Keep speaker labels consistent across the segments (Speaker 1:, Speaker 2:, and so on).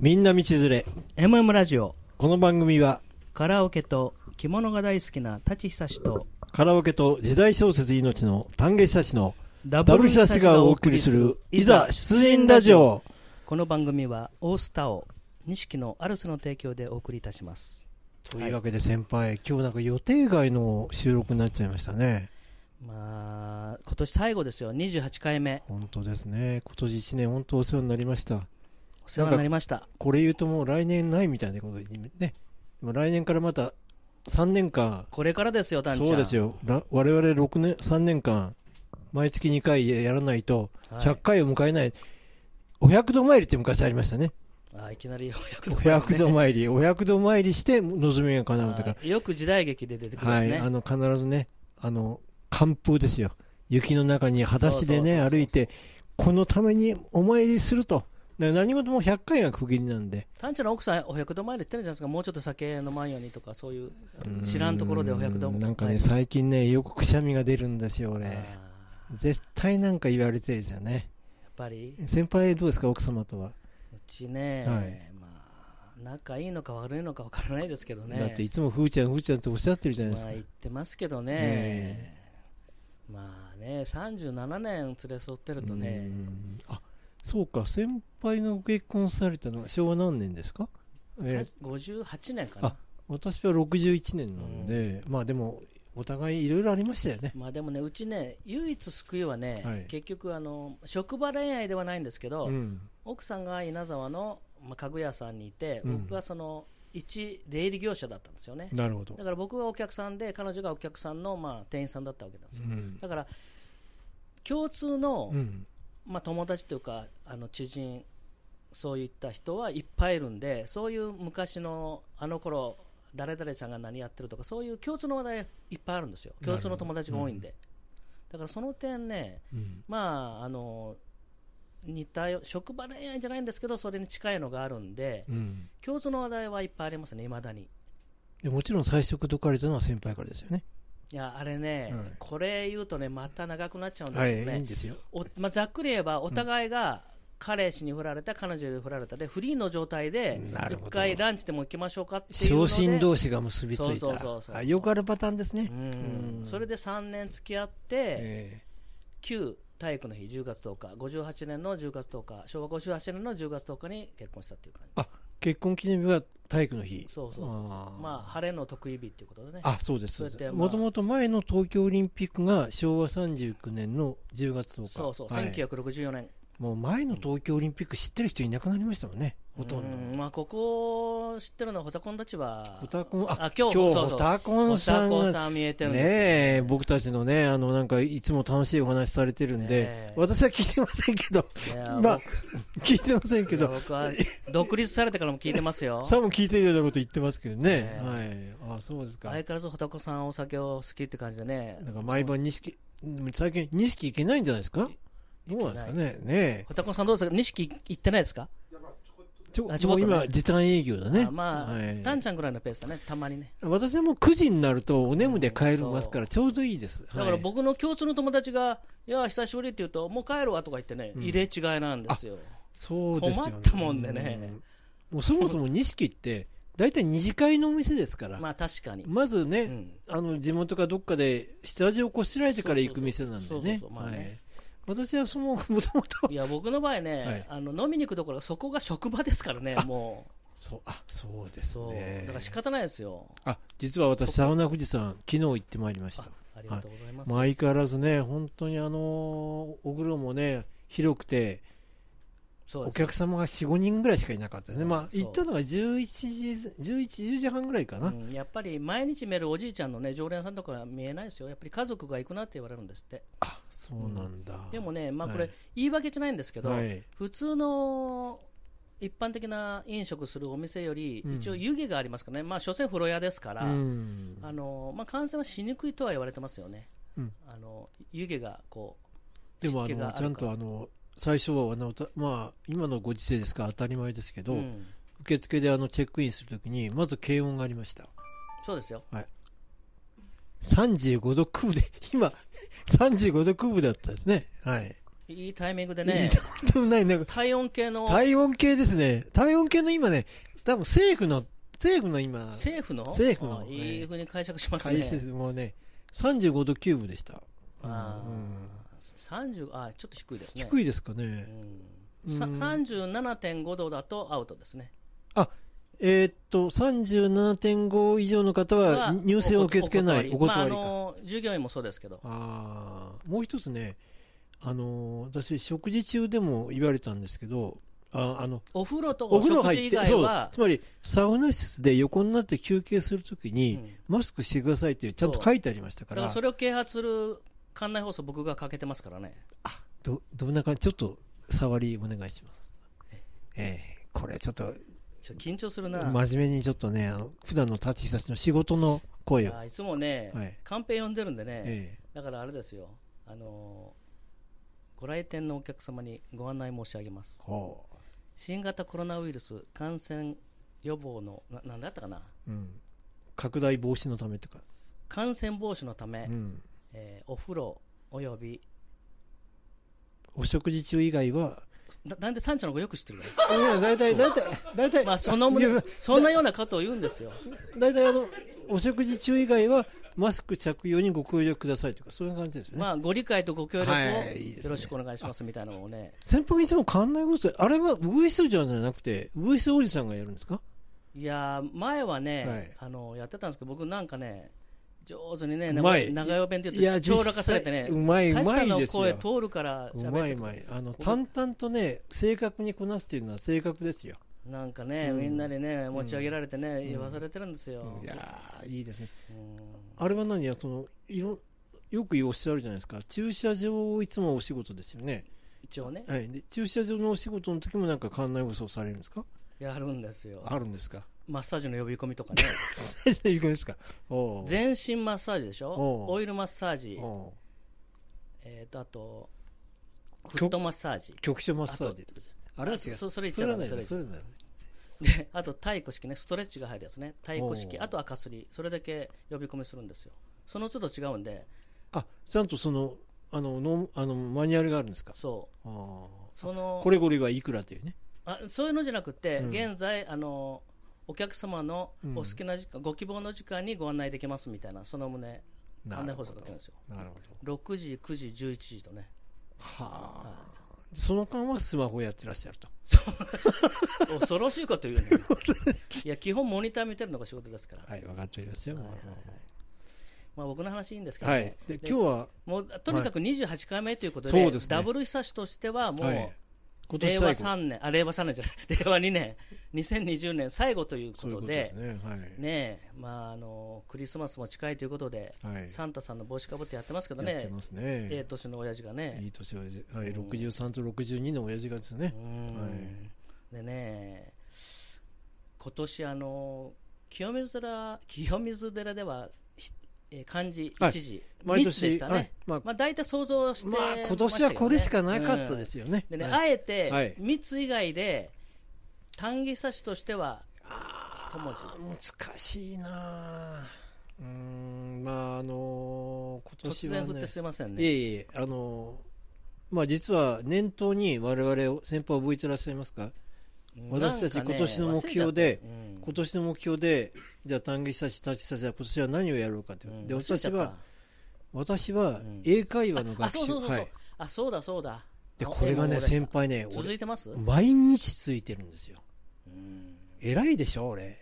Speaker 1: みんな道連れ
Speaker 2: MM ラジオ
Speaker 1: この番組は
Speaker 2: カラオケと着物が大好きな舘久志と
Speaker 1: カラオケと時代小説命の丹下久志の
Speaker 2: ダ
Speaker 1: ダブル久志がお送りするいざ出陣ラジオ
Speaker 2: この番組はオースターを錦のアルスの提供でお送りいたします
Speaker 1: というわけで先輩今日なんか予定外の収録になっちゃいましたね
Speaker 2: まあ今年最後ですよ28回目
Speaker 1: 本当ですね今年1年本当お世話になりました
Speaker 2: お世話になりました
Speaker 1: これ言うともう来年ないみたいなことにねでも来年からまた3年間
Speaker 2: これからですよ丹ちゃん
Speaker 1: そうです
Speaker 2: よ、
Speaker 1: よら我々6年3年間毎月2回やらないと
Speaker 2: はい
Speaker 1: 100回を迎えない、お百度参りって昔ありましたね
Speaker 2: あいきなり
Speaker 1: お
Speaker 2: お
Speaker 1: 百
Speaker 2: 百
Speaker 1: 度
Speaker 2: 度前
Speaker 1: 参り、お百度参りして望みが叶うとか
Speaker 2: あ よく時代劇で出てくるん
Speaker 1: ら、
Speaker 2: です
Speaker 1: い、
Speaker 2: ね、
Speaker 1: あの必ずね、あの寒風ですよ、雪の中に裸足でね
Speaker 2: そうそうそうそ
Speaker 1: 歩
Speaker 2: う
Speaker 1: いて、このためにお参りすると、だから何事も100回が区切りなんで、
Speaker 2: タンちゃんの奥さん、お百度前で言ってるじゃないですか、もうちょっと酒飲まんようにとか、そういう、
Speaker 1: う
Speaker 2: 知らんところでお百度参り
Speaker 1: なんかね、最近ね、よくくしゃみが出るんですよ、
Speaker 2: あーや
Speaker 1: 俺、絶対なんか言われてるじゃんね、
Speaker 2: っぱり、
Speaker 1: 先輩、どうですか、奥様とは、
Speaker 2: うちね、
Speaker 1: はい
Speaker 2: まあ、仲いいのか悪いのか分からないですけどね、
Speaker 1: だっていつもふーちゃん、ふーちゃんっておっしゃってるじゃないです
Speaker 2: ま
Speaker 1: か
Speaker 2: あ、言、ってますけどね、
Speaker 1: え
Speaker 2: まあね、37年連れ添ってるとね
Speaker 1: う、んあそうか先輩がご結婚されたのは昭和何年ですか、えー
Speaker 2: 58年かな、
Speaker 1: あ私は61年なんで、まあでもお互いいろいろありましたよね
Speaker 2: まあでもね、うちね、唯一救いはね、
Speaker 1: はい
Speaker 2: 結局あの、職場恋愛ではないんですけど、
Speaker 1: うん
Speaker 2: 奥さんが稲沢の、まあ、家具屋さんにいて、
Speaker 1: うん
Speaker 2: 僕がその一出入り業者だったんですよね。
Speaker 1: なるほど
Speaker 2: だから僕がお客さんで彼女がお客さんのまあ店員さんだったわけなんです
Speaker 1: う
Speaker 2: よ、
Speaker 1: ん
Speaker 2: だから共通の、
Speaker 1: うん
Speaker 2: まあ、友達というかあの知人そういった人はいっぱいいるんでそういう昔のあの頃誰々ちゃんが何やってるとかそういう共通の話題いっぱいあるんですよ共通の友達が多いんで、だからその点ね
Speaker 1: うん
Speaker 2: まああの似たよ職場恋愛じゃないんですけどそれに近いのがあるんで
Speaker 1: うん
Speaker 2: 共通の話題はいっぱいありますねいまだに
Speaker 1: でもちろん最初解かれたのは先輩からですよね
Speaker 2: いやあれね、
Speaker 1: はい
Speaker 2: これ言うとねまた長くなっちゃうんです
Speaker 1: はい
Speaker 2: け
Speaker 1: い
Speaker 2: どね、
Speaker 1: いんですよ
Speaker 2: おまあ、ざっくり言えばお互いが彼氏に振られた彼女に振られたでフリーの状態で
Speaker 1: なるほど
Speaker 2: 一回ランチでも行きましょうかっていう
Speaker 1: 昇
Speaker 2: ので
Speaker 1: 進同士が結びついた
Speaker 2: そうそうそうそう
Speaker 1: あよくあるパターンですね、
Speaker 2: うん
Speaker 1: うん
Speaker 2: それで3年付き合って
Speaker 1: え
Speaker 2: 旧体育の日10月10日58年の10月10日昭和58年の10月10日に結婚したっていう感
Speaker 1: えあ結婚記念日が体育の日
Speaker 2: じそうそう
Speaker 1: あー
Speaker 2: まあ晴れの得意日っていうことでね
Speaker 1: あそうですそう
Speaker 2: そう
Speaker 1: で
Speaker 2: や
Speaker 1: す
Speaker 2: って
Speaker 1: もともと前の東京オリンピックが昭和39年の10月10日
Speaker 2: そうそう、
Speaker 1: はい
Speaker 2: 1964年
Speaker 1: もう前の東京オリンピック知ってる人いなくなりましたもんねほとんど
Speaker 2: うんまあここを知ってるのはホタコンたちは
Speaker 1: ホタコンあ
Speaker 2: 今日
Speaker 1: 今日
Speaker 2: そう
Speaker 1: ホ
Speaker 2: そう
Speaker 1: タコンさん
Speaker 2: ホタコン
Speaker 1: が
Speaker 2: さん見えてるんですよ
Speaker 1: ねえ僕たちのねあのなんかいつも楽しいお話されてるんで、
Speaker 2: ねえ
Speaker 1: 私は聞いてませんけど
Speaker 2: いや
Speaker 1: まあ聞いてませんけ
Speaker 2: い
Speaker 1: ど
Speaker 2: や僕は独立されてからも聞いてま すよ
Speaker 1: さも聞いていただいたこと言ってますけどね
Speaker 2: ね
Speaker 1: はいあそうですか
Speaker 2: 相変わらず穂子さんはお酒を好きって感じでね
Speaker 1: なんか毎晩錦最近錦いけないんじゃないですかどうなんですかねねえ
Speaker 2: 穂子さんどうですか錦行ってないですか
Speaker 1: ちょ
Speaker 2: あちょ
Speaker 1: も
Speaker 2: こ
Speaker 1: う
Speaker 2: っとね
Speaker 1: 今、時短営業だね
Speaker 2: あ。ま
Speaker 1: は
Speaker 2: あ
Speaker 1: い
Speaker 2: タンちゃんぐらいのペースだねたまにね
Speaker 1: 私はもう9時になるとお眠で帰りますから、ちょうどいいです。
Speaker 2: だか
Speaker 1: は
Speaker 2: ら
Speaker 1: い
Speaker 2: 僕の共通の友達が「いや久しぶり」って言うと「もう帰るわ」とか言ってね
Speaker 1: うん
Speaker 2: 入れ違いなんですよ
Speaker 1: そうですよね
Speaker 2: 困ったもんでね
Speaker 1: うんもうそもそも錦って、大体二次会のお店ですから、
Speaker 2: まあ確かに
Speaker 1: まずね、
Speaker 2: うん
Speaker 1: あの地元かどっかで下地をこしらえてから行く店なんで
Speaker 2: そうそうそう
Speaker 1: ね
Speaker 2: そう。まあ
Speaker 1: は
Speaker 2: ね
Speaker 1: い私はその、もともと
Speaker 2: い、や僕の場合
Speaker 1: はい
Speaker 2: ねあの飲みに行くどころかそこが職場ですからねも
Speaker 1: そう、あ、そうで
Speaker 2: う
Speaker 1: す
Speaker 2: そう
Speaker 1: ね。
Speaker 2: だから仕方ないですよ
Speaker 1: あ、実は私、サウナ富士山、昨日行ってまいりまし
Speaker 2: あ
Speaker 1: た。
Speaker 2: ありがとうございます
Speaker 1: まあ相変わらずね、本当にあのーお風呂もね、広くて、
Speaker 2: そう
Speaker 1: お
Speaker 2: です
Speaker 1: 客様が4、5人ぐらいしかいなかったですね、まあ、
Speaker 2: そう
Speaker 1: 行ったのが11時、11時、10時半ぐらいかな、
Speaker 2: うん、やっぱり毎日見るおじいちゃんのね常連さんとかは見えないですよ、やっぱり家族が行くなって言われるんですって、
Speaker 1: あそうなんだ、
Speaker 2: でもね、まあ、こ
Speaker 1: は
Speaker 2: れ
Speaker 1: い、
Speaker 2: 言い訳じゃないんですけど、
Speaker 1: はい
Speaker 2: 普通の一般的な飲食するお店より、
Speaker 1: うん
Speaker 2: 一応、湯気がありますからね、まあ、所詮風呂屋ですから、
Speaker 1: うん
Speaker 2: あのまあ、感染はしにくいとは言われてますよね、
Speaker 1: うん
Speaker 2: あの湯気がこう、
Speaker 1: でもあ
Speaker 2: 湿気が
Speaker 1: の、
Speaker 2: る
Speaker 1: ちゃんと
Speaker 2: か
Speaker 1: あの最初はあの、たまあ、今のご時世ですから当たり前ですけ
Speaker 2: ら
Speaker 1: ど、
Speaker 2: うん
Speaker 1: 受付であのチェックインするときに、まず軽音がありました、
Speaker 2: そうですよ、
Speaker 1: 35度空部で、今、35度空部だったですね、はい、
Speaker 2: いいタイミングで
Speaker 1: いい
Speaker 2: ね、
Speaker 1: ともない、なんか、
Speaker 2: 体温計の
Speaker 1: 体温計ですね。体温計の今ね、多分政府の、政府の今、
Speaker 2: 政府の
Speaker 1: 政府の
Speaker 2: あいいふうに解釈します
Speaker 1: 解
Speaker 2: ね。
Speaker 1: 説もね、35度9分でした。
Speaker 2: あー
Speaker 1: うん
Speaker 2: 30あちょっと低いですね。
Speaker 1: 低いですか
Speaker 2: う
Speaker 1: ね。
Speaker 2: ん
Speaker 1: うん
Speaker 2: さ37.5度だとアウトですね。
Speaker 1: えーっと、37.5以上の方は
Speaker 2: は
Speaker 1: 入選を受け付けない。お
Speaker 2: お断
Speaker 1: 断り
Speaker 2: りまああ
Speaker 1: か。
Speaker 2: の従業員もそうですけど、
Speaker 1: ああもう一つね、あのー私、食事中でも言われたんですけど、ああの
Speaker 2: お風呂と
Speaker 1: お
Speaker 2: お
Speaker 1: 風呂入
Speaker 2: 食事
Speaker 1: っ
Speaker 2: 以
Speaker 1: て、
Speaker 2: 外
Speaker 1: そう
Speaker 2: は、
Speaker 1: つまりサウナ室で横になって休憩するときに、
Speaker 2: うん
Speaker 1: マスクしてくださいってちゃんと書いてありましたから、
Speaker 2: だからそれを啓発する館内放送、僕がかけてますからね。
Speaker 1: どどんな感じ、ちょっと触りお願いします。ええこれちょっと
Speaker 2: ちょ緊張するな。
Speaker 1: 真面目にちょっとね、あの普段の立ち久しの仕事の声を、
Speaker 2: あいつもね、
Speaker 1: はい
Speaker 2: カンペ読んでるんでね、
Speaker 1: え
Speaker 2: だからあれですよ、あのーご来店のお客様にご案内申し上げます
Speaker 1: え。ほ
Speaker 2: 新型コロナウイルス感染予防の、ななんだったかな、
Speaker 1: ううん、拡大防止のためとか、
Speaker 2: 感染防止のため、
Speaker 1: うん、
Speaker 2: えーお風呂および、
Speaker 1: お食事中以外は
Speaker 2: ななんでタンちゃんの方が よく知ってるね
Speaker 1: いや、大体、大体、大体、
Speaker 2: まあその
Speaker 1: いや
Speaker 2: そんなようなことを言うんですよ、
Speaker 1: 大体、あの、お食事中以外は、マスク着用にご協力くださいとか、そういう感じですよね。
Speaker 2: まあ、ご理解とご協力を
Speaker 1: はいいいですね
Speaker 2: よろしくお願いしますみたいなのをね、
Speaker 1: 先方いつも館内放送、あれはウグイス嬢じゃなくて、ウグイスおじさんがやるんですか
Speaker 2: いやー前はね、
Speaker 1: はい
Speaker 2: あのやってたんですけど、僕なんかね、上手にね、
Speaker 1: うまい
Speaker 2: 長長与弁って
Speaker 1: い
Speaker 2: 言っ
Speaker 1: や、
Speaker 2: て、
Speaker 1: 実
Speaker 2: 超らかされ
Speaker 1: 際、
Speaker 2: てね
Speaker 1: う、まい、う
Speaker 2: 舘
Speaker 1: ま
Speaker 2: さん
Speaker 1: い
Speaker 2: の
Speaker 1: ですよ。
Speaker 2: 声通るから
Speaker 1: うまい、
Speaker 2: 喋
Speaker 1: う
Speaker 2: っ
Speaker 1: まい。あの、
Speaker 2: ここ
Speaker 1: 淡々とね、正確にこなすっていうのは正確ですよ。
Speaker 2: てなんかね、
Speaker 1: うん
Speaker 2: みんなにね持ち上げられてね、
Speaker 1: ん
Speaker 2: 言わされてるんですよ、
Speaker 1: いやーいいですね。
Speaker 2: うん
Speaker 1: あれは何や、その、いろ、よくおっしゃるじゃないですか。駐車場をいつもお仕事ですよね。
Speaker 2: 一応ね、
Speaker 1: はい。で、駐車場のお仕事の時もなんか館内放送されるんですか
Speaker 2: やるんですよ
Speaker 1: あるんです か
Speaker 2: マッサージの呼び込みとかね
Speaker 1: 大丈夫ですかおう
Speaker 2: 全身マッサージでしょ
Speaker 1: おう
Speaker 2: オイルマッサージ、
Speaker 1: おう
Speaker 2: えー、とあとフットマッサージ
Speaker 1: 局所マッサージとかじゃんあれは違う
Speaker 2: そそれ言っ
Speaker 1: そ
Speaker 2: ちゃ
Speaker 1: れは
Speaker 2: ダ
Speaker 1: な
Speaker 2: メ
Speaker 1: い
Speaker 2: それ
Speaker 1: それはない
Speaker 2: であと太鼓式ねストレッチが入るやつね太鼓式
Speaker 1: おう
Speaker 2: あと赤すりそれだけ呼び込みするんですよその都度違うんで
Speaker 1: あちゃんとそのあののあのマニュアルがあるんですか
Speaker 2: そ
Speaker 1: あ
Speaker 2: う
Speaker 1: ー
Speaker 2: その
Speaker 1: これこれがいくらというね
Speaker 2: あそういうのじゃなくて、
Speaker 1: うん
Speaker 2: 現在あのお客様の
Speaker 1: うん
Speaker 2: お好きな時間、ご希望の時間にご案内できますみたいなその旨
Speaker 1: な
Speaker 2: 案
Speaker 1: る
Speaker 2: 内
Speaker 1: ほ
Speaker 2: 放
Speaker 1: ど
Speaker 2: 送が来るんですよ
Speaker 1: なるほど
Speaker 2: 6時9時11時とね
Speaker 1: はあその間はスマホやってらっしゃると
Speaker 2: 恐ろしいこと 言うねいや基本モニター見てるのが仕事ですから、
Speaker 1: はい分かっておりますよ
Speaker 2: はいはいはいまあ、僕の話いいんですけど、
Speaker 1: は
Speaker 2: ね
Speaker 1: いで
Speaker 2: で
Speaker 1: 今日は
Speaker 2: もうとにかく28回目ということで,、
Speaker 1: そうですね
Speaker 2: ダブル久しとしてはもう、
Speaker 1: はい今年
Speaker 2: 令
Speaker 1: 最
Speaker 2: 和
Speaker 1: 後
Speaker 2: 3年あ令和3年じゃない 令和2年2020年最後というこ
Speaker 1: そういうこととで
Speaker 2: です
Speaker 1: ねはい
Speaker 2: ねえまああのクリスマスも近いということで、
Speaker 1: はい
Speaker 2: サンタさんの帽子かぶってやってますけど
Speaker 1: やって
Speaker 2: ね
Speaker 1: ます
Speaker 2: ええ
Speaker 1: ね
Speaker 2: 年の親父が
Speaker 1: い
Speaker 2: ね
Speaker 1: い年をはい
Speaker 2: うん
Speaker 1: 63と62の親父がですね
Speaker 2: うーん、
Speaker 1: は
Speaker 2: でね今年あの清水寺清水寺ではひえー漢字
Speaker 1: はい
Speaker 2: 一字、
Speaker 1: 毎
Speaker 2: 密で
Speaker 1: 年
Speaker 2: したね、
Speaker 1: はいまあ
Speaker 2: まあ、大体想像して
Speaker 1: まあ
Speaker 2: したよね
Speaker 1: 今年はこれしかなかったで
Speaker 2: うん
Speaker 1: すよね。
Speaker 2: でね、
Speaker 1: はい
Speaker 2: あえ
Speaker 1: は
Speaker 2: て
Speaker 1: い
Speaker 2: 密以外で単義差しとしては
Speaker 1: あ
Speaker 2: 一文字
Speaker 1: ー難しいなあ。うーんまああのー今
Speaker 2: 突
Speaker 1: 年は
Speaker 2: 然振っ
Speaker 1: ね
Speaker 2: てすいません
Speaker 1: いえ
Speaker 2: ね
Speaker 1: いえあのーまあ実は年頭に我々を先輩覚えてらっしゃいますか。
Speaker 2: うん
Speaker 1: 私たち
Speaker 2: なんかね
Speaker 1: 今年の目標で
Speaker 2: 忘れちゃったうん
Speaker 1: 今年の目標でじゃあ単義差し立ち差しは今年は何をやろうかって。
Speaker 2: うん
Speaker 1: で
Speaker 2: 忘れ
Speaker 1: 私
Speaker 2: ちゃった
Speaker 1: は私は
Speaker 2: うん
Speaker 1: 英会話の学
Speaker 2: あそう
Speaker 1: 習
Speaker 2: そうそうそう
Speaker 1: はい。
Speaker 2: あそうだそうだ
Speaker 1: で
Speaker 2: あ
Speaker 1: これが
Speaker 2: 英語
Speaker 1: ね
Speaker 2: を出した
Speaker 1: 先輩ね
Speaker 2: 続いてます
Speaker 1: 俺毎日ついてるんですよ。
Speaker 2: うん
Speaker 1: 偉いでしょ俺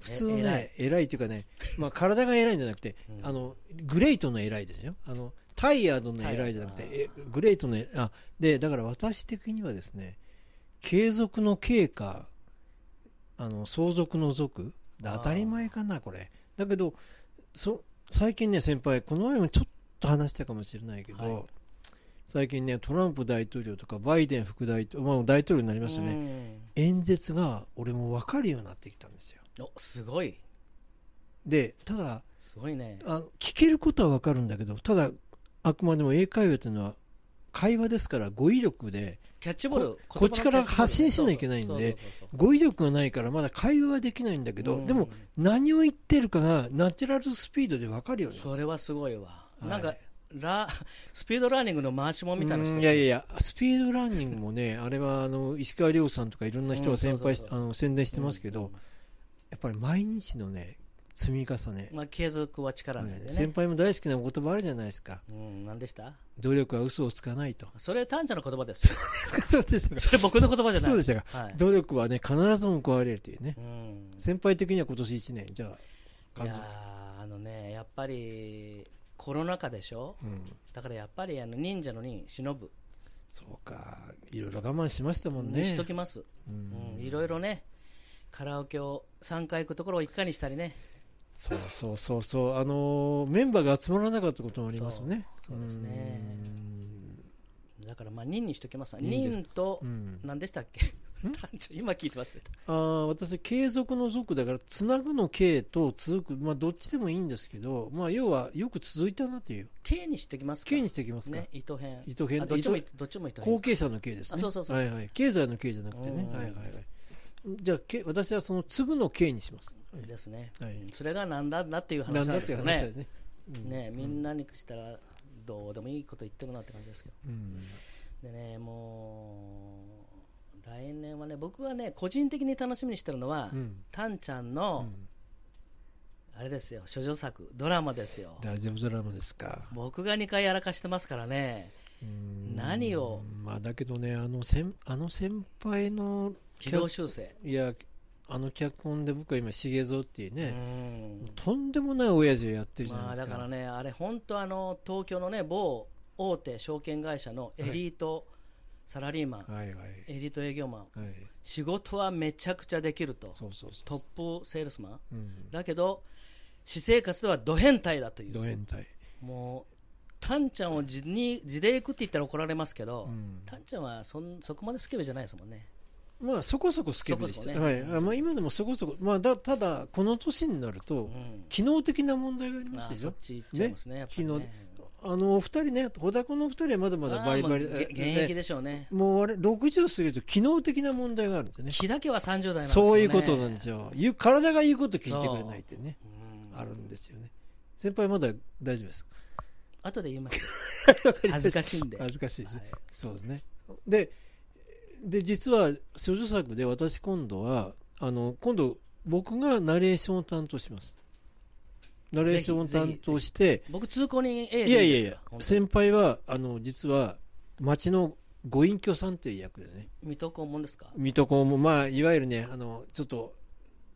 Speaker 1: 普通ね偉
Speaker 2: 偉
Speaker 1: い
Speaker 2: い
Speaker 1: っていうかね、まあ、体が偉いんじゃなくて、
Speaker 2: うん
Speaker 1: あのグレートの偉いですよあのタイヤードの偉いじゃなくて
Speaker 2: タイ
Speaker 1: えグレートのあでだから私的にはですね継続の経過あの相続の続で
Speaker 2: あー
Speaker 1: 当たり前かなこれだけどそ最近ね先輩この前もちょっと話したかもしれないけど、
Speaker 2: はい
Speaker 1: 最近ねトランプ大統領とかバイデン副大統領、まあ、大統領になりましたね、
Speaker 2: うん
Speaker 1: 演説が俺も分かるようになってきたんですよ
Speaker 2: おすごい
Speaker 1: でただ
Speaker 2: すごいね
Speaker 1: あ聞けることは分かるんだけどただあくまでも英会話というのは会話ですから語彙力で
Speaker 2: キャッチボール言葉の
Speaker 1: こっちから発信しなきゃいけないんで
Speaker 2: そうそうそうそう
Speaker 1: 語彙力がないからまだ会話はできないんだけど、
Speaker 2: うん
Speaker 1: でも何を言ってるかがナチュラルスピードで分かるようになっ
Speaker 2: それはすごいわ
Speaker 1: はい
Speaker 2: なんかラスピードラーニングの回しもみたいな人
Speaker 1: うんいやいやいや、スピードランニングも ね、あれはあの石川亮さんとかいろんな人
Speaker 2: う
Speaker 1: が
Speaker 2: んそ
Speaker 1: 先
Speaker 2: うそう
Speaker 1: 輩
Speaker 2: そうそう
Speaker 1: あの宣伝してますけど、
Speaker 2: うん
Speaker 1: やっぱり毎日のね、積み重ね、
Speaker 2: まあ、継続は力なんでね
Speaker 1: 先輩も大好きなお言葉あるじゃないですか、
Speaker 2: うん、何でした
Speaker 1: 努力は嘘をつかない と。
Speaker 2: それ、タンちゃんの言葉です。
Speaker 1: そうですよね
Speaker 2: それ、僕の言葉じゃない。
Speaker 1: そうでしたか。
Speaker 2: はい。
Speaker 1: 努力はね、必ず報われるというね
Speaker 2: う。ん。
Speaker 1: 先輩的には今年1年、じゃあ、
Speaker 2: い
Speaker 1: 感
Speaker 2: や
Speaker 1: じ。
Speaker 2: ーあのね、やっぱり、コロナ禍でしょ
Speaker 1: うん。
Speaker 2: だからやっぱり、あの、忍者の忍、忍ぶ。
Speaker 1: そうか。いろいろ我慢しましたもんね。
Speaker 2: にしときます。
Speaker 1: う
Speaker 2: うん、
Speaker 1: ん
Speaker 2: いろいろね、カラオケを3回行くところを1回にしたりね。
Speaker 1: そうそうそうそう。あのー、メンバーが集まらなかったこともありますよね。
Speaker 2: そうそうですね
Speaker 1: うん
Speaker 2: だから、まあ、忍にしときます。
Speaker 1: 忍です
Speaker 2: 忍と
Speaker 1: う、ん。
Speaker 2: 何でしたっけ タンちゃん今聞いてますけど。
Speaker 1: ああ、私、継続の続だから、つなぐの継と続く、まあ、どっちでもいいんですけど、まあ、要は、よく続いたなという。
Speaker 2: K にしてきますか
Speaker 1: 継にしていきますか。
Speaker 2: ね、糸編。
Speaker 1: 糸編
Speaker 2: あどっちも
Speaker 1: 糸、
Speaker 2: どっちも糸編
Speaker 1: 後。継者の経ですね。
Speaker 2: あそうそうそう
Speaker 1: はいはい。経済の経じゃなくてね
Speaker 2: う。ん
Speaker 1: はいはいはい。じゃあ、け私はその継ぐの経にします。
Speaker 2: ですね、
Speaker 1: はい
Speaker 2: うんそれがなんだんだっていう
Speaker 1: な
Speaker 2: 話
Speaker 1: んだ
Speaker 2: なん
Speaker 1: っ
Speaker 2: です
Speaker 1: てい
Speaker 2: け
Speaker 1: う
Speaker 2: ど
Speaker 1: 話だよ
Speaker 2: ね
Speaker 1: ね。うん
Speaker 2: ねみんなにしたらどうでもいいこと言ってるなって感じですけど
Speaker 1: うん。
Speaker 2: でねもう来年はね僕がね個人的に楽しみにしてるのは、
Speaker 1: うん
Speaker 2: タンちゃん
Speaker 1: う
Speaker 2: の、
Speaker 1: ん
Speaker 2: あれですよ処女作ドラマですよ
Speaker 1: ラジオドラマですか。
Speaker 2: 僕が2回やらかしてますからね
Speaker 1: うん
Speaker 2: 何を
Speaker 1: まあ、だけどね、あの先、あの先輩の、
Speaker 2: 軌道修正
Speaker 1: いや、あの脚本で僕は今、茂蔵っていう
Speaker 2: う
Speaker 1: ね、
Speaker 2: ん
Speaker 1: とんでもない親父をやってるじゃない
Speaker 2: ま
Speaker 1: で
Speaker 2: あ
Speaker 1: す
Speaker 2: だ
Speaker 1: か。
Speaker 2: からねあれ本当あの東京のね某大手証券会社のエリートサラリーマン、
Speaker 1: はいはい。
Speaker 2: エリート営業マン
Speaker 1: はい。
Speaker 2: 仕事はめちゃくちゃできると
Speaker 1: そうそうそ
Speaker 2: トップセールスマン
Speaker 1: う。うん。
Speaker 2: だけど私生活ではド変態だとい
Speaker 1: ド
Speaker 2: う
Speaker 1: 変態。
Speaker 2: もうタンちゃんを地に地で行くって言ったら怒られますけ
Speaker 1: う
Speaker 2: ど、
Speaker 1: ん。
Speaker 2: タンちゃんはそんそこまでスケベじゃないですもんね
Speaker 1: まあ、そこそこスケベでした。
Speaker 2: そこそこ
Speaker 1: は
Speaker 2: ね
Speaker 1: い。あまあ、今でもそこそこ。まあ、だ、ただ、この年になる
Speaker 2: う
Speaker 1: と、
Speaker 2: ん
Speaker 1: 機能的な問題がありま
Speaker 2: ま
Speaker 1: した
Speaker 2: あ
Speaker 1: でし
Speaker 2: そ
Speaker 1: ょ
Speaker 2: っ。ち行っちゃいますねやっぱりね
Speaker 1: 昨あの、お二人ね、小田子のお二人はまだまだバリバリ。
Speaker 2: ああもうげ現役
Speaker 1: で。
Speaker 2: でしょうね
Speaker 1: もうあれ、60過ぎると機能的な問題があるんですよね。
Speaker 2: 気だけは30代なんですよね
Speaker 1: そういうことなんです
Speaker 2: よ、
Speaker 1: よ。言う体が言うこと聞いてくれないってね、
Speaker 2: うん
Speaker 1: あるんですよね。先輩まだ大丈夫です。
Speaker 2: 後で言 います恥ずかしいんで、
Speaker 1: 恥ずかしいですね。
Speaker 2: はい
Speaker 1: そうですね。で、で、実は、少女作で私今度は、あの、今度、僕がナレーションを担当します。ナレーションを担当して、
Speaker 2: 僕通行人 A
Speaker 1: い
Speaker 2: で
Speaker 1: やい
Speaker 2: いい
Speaker 1: や
Speaker 2: です
Speaker 1: い
Speaker 2: か
Speaker 1: や
Speaker 2: 本、当に
Speaker 1: 先輩は、あの、実は、町のご隠居さんという役でね、
Speaker 2: 水戸黄門ですか
Speaker 1: 水戸黄門、まあ、いわゆるね、あの、ちょっと、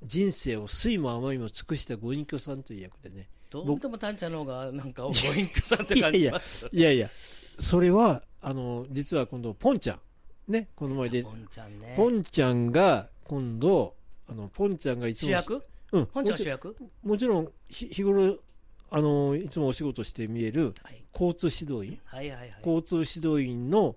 Speaker 1: 人生を酸いも甘いも尽くしたご隠居さんという役でね、
Speaker 2: どう見てもタンちゃんの方がなんかご隠居さんって感じします
Speaker 1: いやいや、それは、あの、実は今度、ポンちゃん。ね、この前で
Speaker 2: ポ、ンちゃんね
Speaker 1: ポンちゃんが、今度、あの、ポンちゃんがいつも。
Speaker 2: 主役
Speaker 1: うん。
Speaker 2: ポンち
Speaker 1: も
Speaker 2: ゃんが
Speaker 1: ち
Speaker 2: 主
Speaker 1: ろ
Speaker 2: 役
Speaker 1: ん、もちろんひ日頃、あの、いつもお仕事して見える、
Speaker 2: はい
Speaker 1: 交通指導員、
Speaker 2: はいはいはい
Speaker 1: 交通指導員の、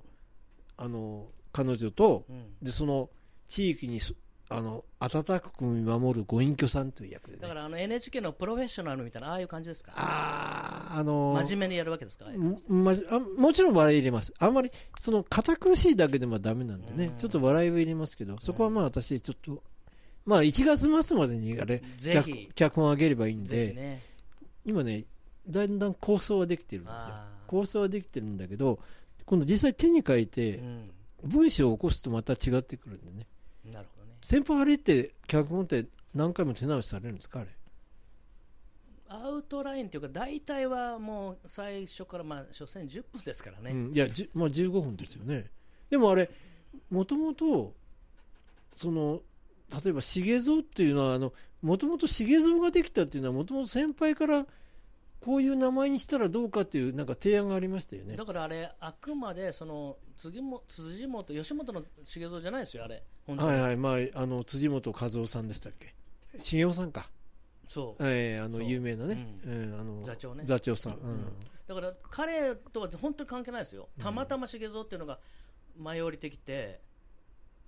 Speaker 1: あの、彼女と、
Speaker 2: うん
Speaker 1: で、その、地域にそ、あの、温かく見守るご隠居さんという役で
Speaker 2: だ
Speaker 1: ね。
Speaker 2: からあの NHK のプロフェッショナルみたいなああいう感じですか
Speaker 1: あー、あの
Speaker 2: 真面目にやるわけですか
Speaker 1: んまじあもちろん笑い入れます。あんまり、その、堅苦しいだけでもダメなんでね
Speaker 2: う、ん
Speaker 1: ちょっと笑いを入れますけど、そこはまあ私、ちょっと、まあ1月末までにあれ、
Speaker 2: ぜ
Speaker 1: 脚
Speaker 2: ひ
Speaker 1: 脚本を上げればいいん
Speaker 2: ぜ
Speaker 1: で、
Speaker 2: ひね
Speaker 1: 今ね、だんだん構想はできてるんですよ。
Speaker 2: あー
Speaker 1: 構想はできてるんだけど、今度実際手に書いうて、
Speaker 2: ん
Speaker 1: 文章を起こすとまた違ってくるんでね。
Speaker 2: なるほどね
Speaker 1: 先輩あれって、脚本って何回も手直しされるんですか、あれ。
Speaker 2: アウトラインというか大体はもう最初からまあ所詮10分ですから
Speaker 1: う
Speaker 2: ね
Speaker 1: ん、いや、じゅまあ、15分ですよね。でもあれ、もともと、その、例えば、茂蔵っていうのは、あの、もともと茂蔵ができたっていうのは、もともと先輩から、こういう名前にしたらどうかっていう、なんか提案がありましたよね
Speaker 2: だ。からあれあくまでその次も辻元吉本の重蔵じゃないですよあれ本当に
Speaker 1: はいはい、まあ、あの、辻元和夫さんでしたっけ。茂雄さんか。
Speaker 2: そう
Speaker 1: ええあの、
Speaker 2: そう
Speaker 1: 有名なね。
Speaker 2: う
Speaker 1: うん、あの、
Speaker 2: 座長ね
Speaker 1: 座長さん。うん。
Speaker 2: だから彼とは本当に関係ないですよ、たまたま茂蔵っていうのが舞い降りてきて、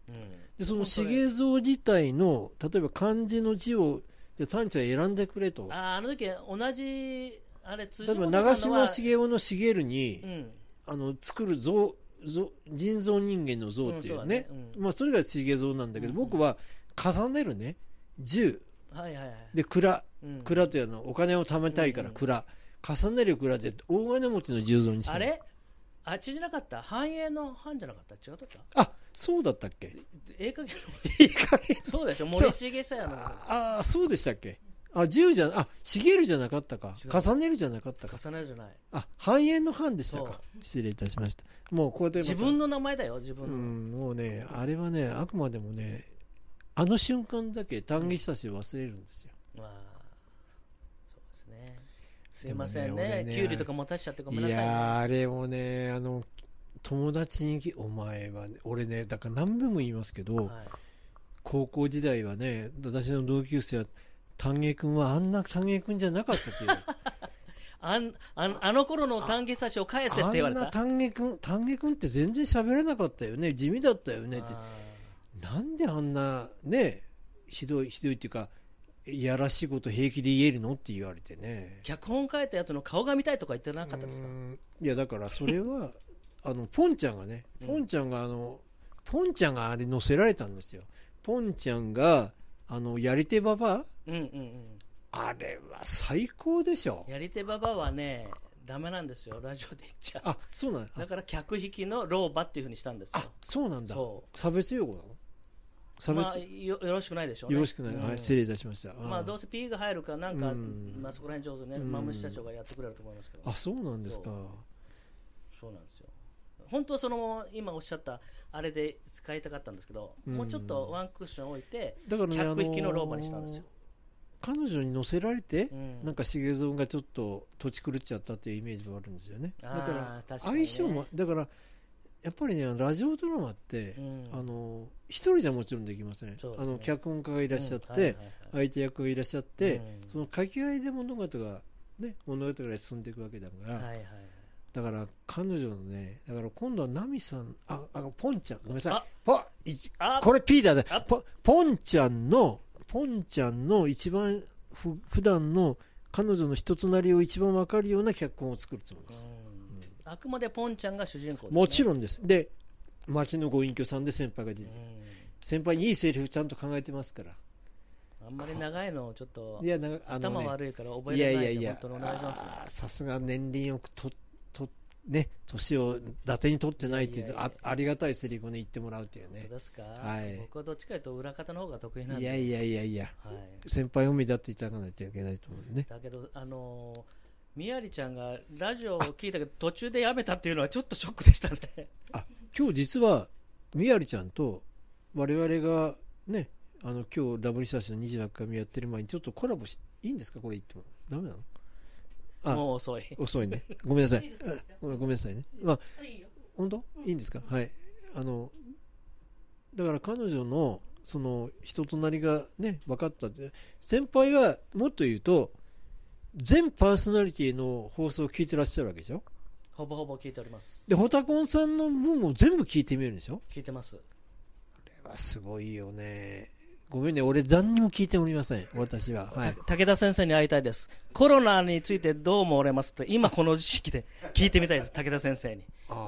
Speaker 2: うん
Speaker 1: で、その
Speaker 2: 本当に
Speaker 1: 茂蔵自体の、例えば漢字の字を、じゃあ、丹ちゃん選んでくれと。
Speaker 2: あーあの時同じ、あ
Speaker 1: 例
Speaker 2: れ、
Speaker 1: え
Speaker 2: 辻
Speaker 1: ば、
Speaker 2: 元
Speaker 1: 長
Speaker 2: さんのは
Speaker 1: 嶋茂雄の茂るに、
Speaker 2: うん、
Speaker 1: あの作る像像人造人間の像っていうね,、
Speaker 2: うんそうだね
Speaker 1: まあ、それが茂像なんだけど、
Speaker 2: うん
Speaker 1: 僕は重ねるね10
Speaker 2: はいはいはい、
Speaker 1: で蔵
Speaker 2: うん
Speaker 1: 蔵というのはお金を貯めたいから
Speaker 2: うん
Speaker 1: 蔵、重ねる蔵で大金持ちの十蔵にしたの
Speaker 2: あれあっちじゃなかった繁栄の繁じゃなかった違うだった
Speaker 1: あそうだったっけ
Speaker 2: ええ加減
Speaker 1: いい加減
Speaker 2: のそうでしょ森重さやの
Speaker 1: ああそうでしたっけあ十じゃあ茂るじゃなかったか
Speaker 2: 違う
Speaker 1: 重ねるじゃなかったか
Speaker 2: 重なるじゃない
Speaker 1: あ半円の半でした
Speaker 2: そう
Speaker 1: か失礼いたしましたもうこうやって
Speaker 2: 自分の名前だよ自
Speaker 1: う
Speaker 2: 分の
Speaker 1: んもうねあれはねあくまでもねあの瞬間だけ丹下久志忘れるんですよ、
Speaker 2: まあそうですねすいません
Speaker 1: でもね
Speaker 2: ね
Speaker 1: 俺ね
Speaker 2: キュウリとか持たしちゃってごめんないさい
Speaker 1: やー
Speaker 2: ね
Speaker 1: あれもねあの友達にき「お前は、ね、俺ねだから何遍も言いますけど、
Speaker 2: はい
Speaker 1: 高校時代はね私の同級生は丹下君はあんな丹下君じゃなかったっていう
Speaker 2: あんあんあの頃の丹下差しを返せって言われ
Speaker 1: あん
Speaker 2: た
Speaker 1: な丹下君丹下君って全然喋れなかったよね地味だったよねって
Speaker 2: あ
Speaker 1: なんであんなねひどいひどいっていうかいやらしいこと平気で言えるのって言われてね
Speaker 2: ー脚本書いたやつの顔が見たいとか言ってなかったですか
Speaker 1: うーんいやだからそれはあのポンちゃんがね
Speaker 2: うん
Speaker 1: ポンちゃんがあの、ポンちゃんがあれ乗せられたんですよポンちゃんがあのやり手ババ
Speaker 2: うんうんうん
Speaker 1: アあれは最高でしょ
Speaker 2: やり手ババアはねダメなんですよラジオで言っちゃ
Speaker 1: あそうなん
Speaker 2: だ
Speaker 1: だ
Speaker 2: から客引きの老婆っていうふうにしたんですよ
Speaker 1: あそうなんだ
Speaker 2: そ
Speaker 1: 差別用語なの
Speaker 2: う
Speaker 1: 差別、
Speaker 2: まあよよろしくないでしょうね
Speaker 1: よろしくない、
Speaker 2: うん
Speaker 1: はい、失礼いたしました。
Speaker 2: まあどう
Speaker 1: せ
Speaker 2: せ P が入るかなんか、
Speaker 1: うん
Speaker 2: まあ、そこら辺上手ね、
Speaker 1: うん
Speaker 2: まあ、虫社長がやってくれると思いますけど
Speaker 1: あそうなんですか。
Speaker 2: そうなんですよ本当はその今おっしゃったあれで使いたかったんですけど、
Speaker 1: うん
Speaker 2: もうちょっとワンクッション置いて
Speaker 1: だからね、
Speaker 2: 客引きの
Speaker 1: あ
Speaker 2: 老婆にしたんですよ、
Speaker 1: 彼女に乗せられて
Speaker 2: う、ん
Speaker 1: なんか重蔵がちょっと土地狂っちゃったっていうイメージもあるんですよね。だから
Speaker 2: あー確かにね
Speaker 1: 相性もだからやっぱりねラジオドラマって、
Speaker 2: うん
Speaker 1: あの一人じゃもちろんできません。
Speaker 2: そうです
Speaker 1: あ
Speaker 2: ね
Speaker 1: の脚本家がいらっしゃって、
Speaker 2: うんはいはいはい
Speaker 1: 相手役がいらっしゃって、
Speaker 2: うん
Speaker 1: その掛け合いで物語がね物語が進んでいくわけだから。
Speaker 2: はいはいはい
Speaker 1: だから彼女のねだから今度はナミさんああポンちゃんごめんなさ
Speaker 2: あ
Speaker 1: いポいち
Speaker 2: あ
Speaker 1: これピーター
Speaker 2: あ
Speaker 1: だポポンちゃんのポンちゃんの一番ふ普段の彼女の人となりを一番分かるような脚本を作るつもり
Speaker 2: う
Speaker 1: です、
Speaker 2: んあくまでポンちゃんが主人公ですね、
Speaker 1: もちろんですで町のご隠居さんで先輩が出て、
Speaker 2: う
Speaker 1: 先輩にいいセリフちゃんと考えてますから
Speaker 2: んあんまり長いのちょっと
Speaker 1: いやなんかあの、
Speaker 2: 頭
Speaker 1: ね、
Speaker 2: 悪いから覚
Speaker 1: いや
Speaker 2: え
Speaker 1: い
Speaker 2: られ
Speaker 1: や
Speaker 2: ないん
Speaker 1: い
Speaker 2: で
Speaker 1: や
Speaker 2: 本当にお願いしますね
Speaker 1: あーさすが年輪をととね年を伊達に取ってないっていう
Speaker 2: いやいやいや
Speaker 1: あありがたいセリフをね言ってもらうっていうね
Speaker 2: 本当ですか、
Speaker 1: はい
Speaker 2: 僕はどっちかというと裏方の方が得意なん
Speaker 1: い
Speaker 2: で
Speaker 1: やいやいやいや
Speaker 2: はい、
Speaker 1: 先輩を目立っていただかないといけないと思うね
Speaker 2: だけどあのー宮里ちゃんがラジオを聞いたけど途中でやめたっていうのはちょっとショックでしたね
Speaker 1: 今日実は宮里ちゃんと我々がねあの今日ダブルサーシの28回目やってる前にちょっとコラボしいいんですかこれ言ってもダメなのあ
Speaker 2: もう遅い
Speaker 1: 遅いねごめんなさい
Speaker 3: いいですよいいですよ
Speaker 1: あごめんなさいねまあ
Speaker 3: あいいよ
Speaker 1: 本当いいんですか、はいあのだから彼女のその人となりがね分かったって先輩はもっと言うと全パーソナリティの放送を聞いてらっしゃるわけでしょ
Speaker 2: ほぼほぼ聞いております
Speaker 1: でホタコンさんの分も全部聞いてみるんでしょ
Speaker 2: 聞いてます
Speaker 1: これはすごいよねごめんね俺何にも聞いておりません私ははい
Speaker 2: 武田先生に会いたいですコロナについてどう思われますって今この時期で聞いてみたいです武田先生に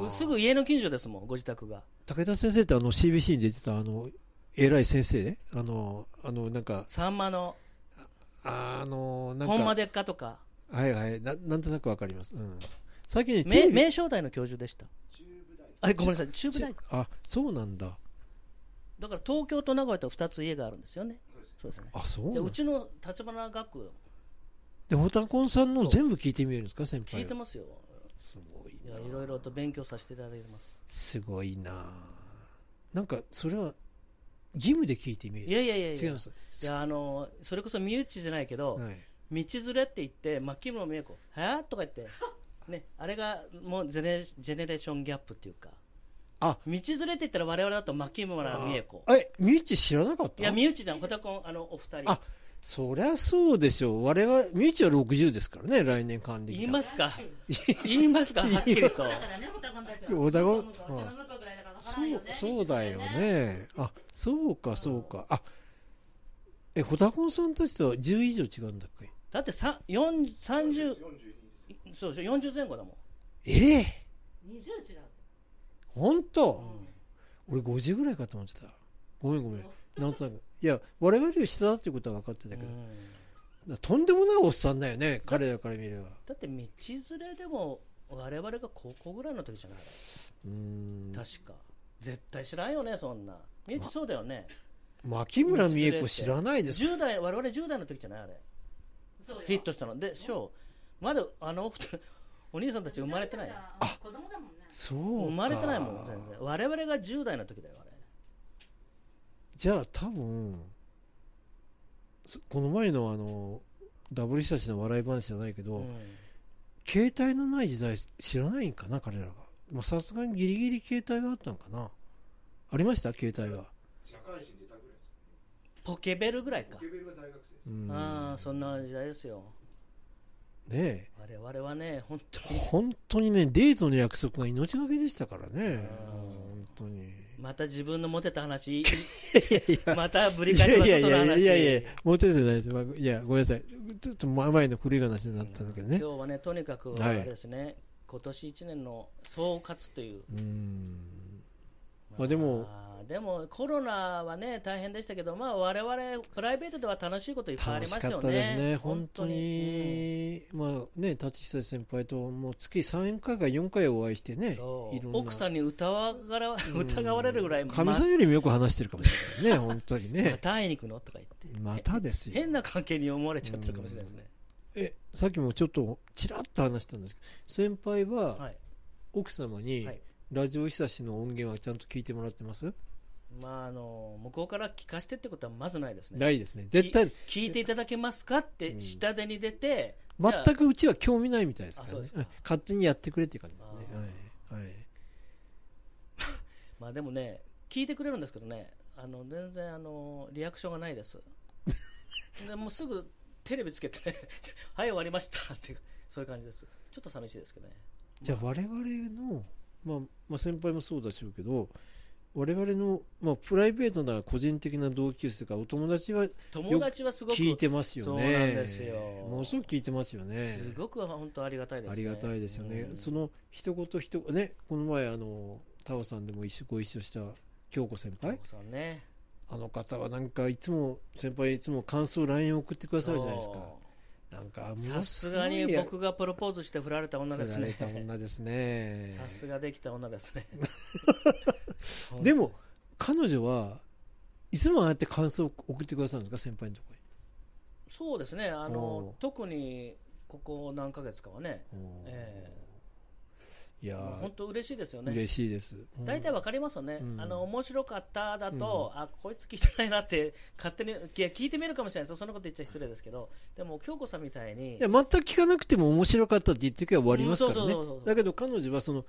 Speaker 2: うすぐ家の近所ですもんご自宅が
Speaker 1: 武田先生ってあの CBC に出てたあの偉い先生あのあのなんか
Speaker 2: さんまの
Speaker 1: あの
Speaker 2: 「
Speaker 1: なんか
Speaker 2: ほんまでっか」とか
Speaker 1: はいはい、ななんとなくわかります。うん、最近ね、
Speaker 2: 名
Speaker 1: テレビ
Speaker 2: 名正大の教授でしたあごめんなさい中部大
Speaker 1: あそうなんだ。
Speaker 2: だから東京と名古屋と2つ家があるんですよねそうですね
Speaker 1: あそう
Speaker 2: じ
Speaker 1: な
Speaker 2: ゃあ
Speaker 1: ん
Speaker 2: う
Speaker 1: だ。
Speaker 2: ちの立花学校
Speaker 1: で、ホタコンさんの全部聞いてみるんですか、先輩は。
Speaker 2: 聞いてますよ
Speaker 1: すごい
Speaker 2: いやいろいろと勉強させていただいてます
Speaker 1: すごいな。なんか、それは義務で聞いてみる。
Speaker 2: いやいやいやい
Speaker 1: 違い
Speaker 2: や
Speaker 1: ます。
Speaker 2: いやあのそれこそ身内じゃないけど、
Speaker 1: はい、
Speaker 2: 道連れって言って牧村美恵子「はあ?」とか 言って、ね、あれがもうゼネジェネレーションギャップっていうか
Speaker 1: あ
Speaker 2: 道連れって言ったら我々だと牧村美恵子
Speaker 1: あえ、ミッチ知らなかった
Speaker 2: いや身内じゃんコタコンあのお二人
Speaker 1: あそりゃそうでしょう。我々、ミッチは60ですからね、来年還暦だ。
Speaker 2: 言いますか
Speaker 3: 来週
Speaker 2: 言いますかはっきりと
Speaker 3: だからね、ホタコンたちは。
Speaker 1: ホタコン
Speaker 3: ちの向こうちの向こうぐらいだからわから
Speaker 1: そ
Speaker 3: ないよ
Speaker 1: う
Speaker 3: ね。
Speaker 1: そうだよね。あそうか、そうか。あえ、ホタコンさんたちとは10以上違うんだっけ
Speaker 2: だってさ4 30そうでしょ40前後だもん
Speaker 1: ええ
Speaker 3: 20違う。
Speaker 1: 本当、俺5時ぐらいかと思ってたごめんごめんなんとなくいや我々より下だってことは分かってたけど、
Speaker 2: うん
Speaker 1: らとんでもないおっさんだよね彼らから見れば
Speaker 2: だって道連れでも我々が高校ぐらいの時じゃないう
Speaker 1: ーん
Speaker 2: 確か絶対知らんよねそんなみゆきそうだよね
Speaker 1: 牧村美恵子知らないですか
Speaker 2: 10代我々10代の時じゃないあれ
Speaker 3: そうよ
Speaker 2: ヒットしたのでしょうまだあの お兄さんたち生まれてない
Speaker 1: あ
Speaker 3: 子供だもんね
Speaker 1: そうか
Speaker 2: 生まれてないもん全然我々が10代の時だよあれ
Speaker 1: じゃあ多分そこの前のあのダブル久しの笑い話じゃないけど、
Speaker 2: うん
Speaker 1: 携帯のない時代知らないんかな彼らがまあさすがにギリギリ携帯はあったんかなありました携帯は
Speaker 4: 社会人出たぐらいです
Speaker 2: ポケベルぐらい
Speaker 4: か
Speaker 2: か
Speaker 4: ポケベルが大学生です
Speaker 1: うん
Speaker 2: ああそんな時代ですよ
Speaker 1: ねえ
Speaker 2: 我々はね本当に
Speaker 1: 本当にねデートの約束が命がけでしたからね
Speaker 2: あー
Speaker 1: 本当に
Speaker 2: また自分のモテた話
Speaker 1: い
Speaker 2: い
Speaker 1: やいや
Speaker 2: またぶり
Speaker 1: い
Speaker 2: 返しま
Speaker 1: や
Speaker 2: す
Speaker 1: い
Speaker 2: その
Speaker 1: や
Speaker 2: 話
Speaker 1: いやいやいやモテるじゃないですまあいやごめんなさいちょっと前の古い話になったんだけどね
Speaker 2: 今日はねとにかく
Speaker 1: はい
Speaker 2: あれですね、今年1年の総括という、
Speaker 1: うんまあでも
Speaker 2: でもコロナはね大変でしたけど、まあ、我々プライベートでは楽しいこといっぱいあ
Speaker 1: 楽
Speaker 2: り
Speaker 1: し
Speaker 2: まし
Speaker 1: か
Speaker 2: た
Speaker 1: っ
Speaker 2: よ
Speaker 1: た
Speaker 2: ね
Speaker 1: ですね、本当に、まあね、立久先輩ともう月3回か4回お会いしてね、い
Speaker 2: そう
Speaker 1: ろんな
Speaker 2: 奥さんに疑わが疑われるぐらい、
Speaker 1: かみさんよりもよく話してるかもしれないね、本当に
Speaker 2: ま
Speaker 1: ね
Speaker 2: ま、た会いに行くのとか言って
Speaker 1: またですよ、
Speaker 2: 変な関係に思われちゃってるかもしれないですね、
Speaker 1: えさっきもちょっとちらっと話したんですけど、先輩は
Speaker 2: はい、
Speaker 1: 奥様に
Speaker 2: はい、
Speaker 1: ラジオ久しの音源はちゃんと聞いてもらってます、
Speaker 2: まああの向こうから聞かせてってことはまずないですね
Speaker 1: ないですね、絶対、
Speaker 2: 聞いていただけますかって下手に出て、
Speaker 1: 全くうちは興味ないみたいですから
Speaker 2: あそう
Speaker 1: ね
Speaker 2: ですか、
Speaker 1: 勝手にやってくれっていう感じですね。はいはい
Speaker 2: まあでもね聞いてくれるんですけどねあの全然あのリアクションがないです でもうすぐテレビつけて ねはい終わりましたっていうそういう感じですちょっと寂しいですけどね
Speaker 1: じゃあ我々の、まあ、まあ先輩もそうでしょうけど我々の、まあ、プライベートな個人的な同級生とかお友達は
Speaker 2: 友達はすごく
Speaker 1: 聞いてますよね
Speaker 2: そうなんですよ
Speaker 1: ものすごく聞いてますよね
Speaker 2: すごく本当ありがたいですね
Speaker 1: ありがたいですよね、
Speaker 2: うん
Speaker 1: その一言一言ねこの前あのタオさんでも一緒ご一緒した京子先輩
Speaker 2: お子さんね
Speaker 1: あの方はなんかいつも先輩いつも感想 LINE 送ってくださるじゃないですか
Speaker 2: そ
Speaker 1: なんかも
Speaker 2: う
Speaker 1: の
Speaker 2: さすがに僕がプロポーズして振られた女です
Speaker 1: 振られ
Speaker 2: ね
Speaker 1: た女ですね
Speaker 2: さすができた女ですね
Speaker 1: でも彼女はいつもああやって感想を送ってくださるんですか先輩のとこ
Speaker 2: そうですねあ
Speaker 1: お
Speaker 2: の
Speaker 1: う
Speaker 2: 特にここ何ヶ月かはね、
Speaker 1: ろに、おー
Speaker 2: え
Speaker 1: いや
Speaker 2: え
Speaker 1: ー
Speaker 2: もう本当嬉しいですよね
Speaker 1: 嬉しいです
Speaker 2: 大体わかりますよね、
Speaker 1: うん
Speaker 2: あの面白かっただと、あこいつ聞いてないなって勝手にいや聞いてみるかもしれないですよそんなこと言っちゃ失礼ですけどでも京子さんみたいに
Speaker 1: いや全く聞かなくても面白かったって言ってくれば終わりますから
Speaker 2: うん
Speaker 1: ね
Speaker 2: そうそうそうそう
Speaker 1: だけど彼女はその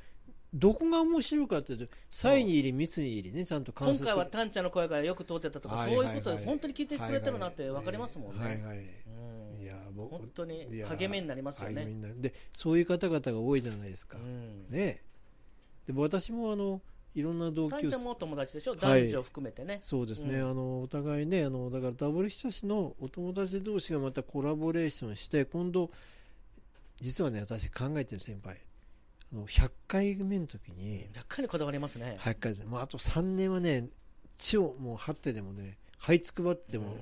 Speaker 1: どこが面白かったと才に入り密に入りねちゃんと
Speaker 2: 今
Speaker 1: 感想
Speaker 2: 回はタンちゃんの声がよく通ってたとか、そういうこと
Speaker 1: は
Speaker 2: で本当に聞いてくれてるなってわかりますもんね、
Speaker 1: はいはい、
Speaker 2: うん
Speaker 1: いやー僕
Speaker 2: 本当に
Speaker 1: いやー
Speaker 2: 励みになります
Speaker 1: は
Speaker 2: よ
Speaker 1: いみ
Speaker 2: ね、
Speaker 1: んなでそういう方々が多いじゃないですか、
Speaker 2: うん
Speaker 1: ねで私もあのいろんな同
Speaker 2: タ
Speaker 1: 級
Speaker 2: ンちゃ
Speaker 1: 生
Speaker 2: んもお友達でしょ、
Speaker 1: はい
Speaker 2: 男女含めてね
Speaker 1: そうですね、
Speaker 2: うん
Speaker 1: あのお互いねあのだからダブル久しのお友達同士がまたコラボレーションして今度実はね私考えてる先輩あの100回目の時に
Speaker 2: 100回にこだわりますね、
Speaker 1: 100回ですね、まあ、あと3年はね地をもう張ってでもね這いつくばって
Speaker 2: う
Speaker 1: も
Speaker 2: ん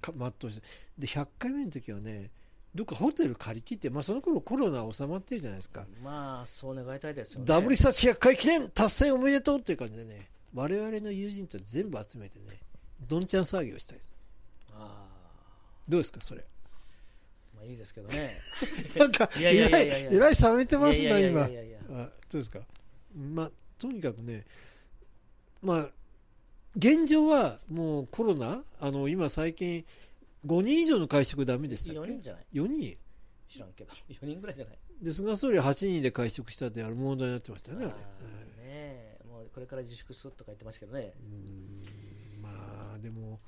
Speaker 1: か、全うしてで100回目の時はねどっかホテル借り切って、まあ、その頃コロナ収まってるじゃないですか、
Speaker 2: まあそう願いたいですよね
Speaker 1: ダブル久し100回記念達成おめでとうっていう感じでね我々の友人と全部集めてねどんちゃん騒ぎをしたいです
Speaker 2: あ
Speaker 1: どうですかそれ
Speaker 2: ーまあいいですけどね
Speaker 1: なんか、え
Speaker 2: いやいやい
Speaker 1: ら
Speaker 2: やい
Speaker 1: い、
Speaker 2: や
Speaker 1: えらい冷めてます
Speaker 2: いや
Speaker 1: ね、
Speaker 2: いやい
Speaker 1: 今。
Speaker 2: や
Speaker 1: あ
Speaker 2: いやいや
Speaker 1: そうですか。まあ、とにかくね、まあ、現状はもうコロナ、あの、今最近、5人以上の会食ダメでしたっ
Speaker 2: 4
Speaker 1: け
Speaker 2: 人じゃない
Speaker 1: 4人
Speaker 2: 知らんけど4人ぐらいじゃない
Speaker 1: で菅総理は8人で会食したってあれ問題になってましたよねあれ
Speaker 2: あーねえもうこれから自粛するとか言ってましたけどね
Speaker 1: うんまあでも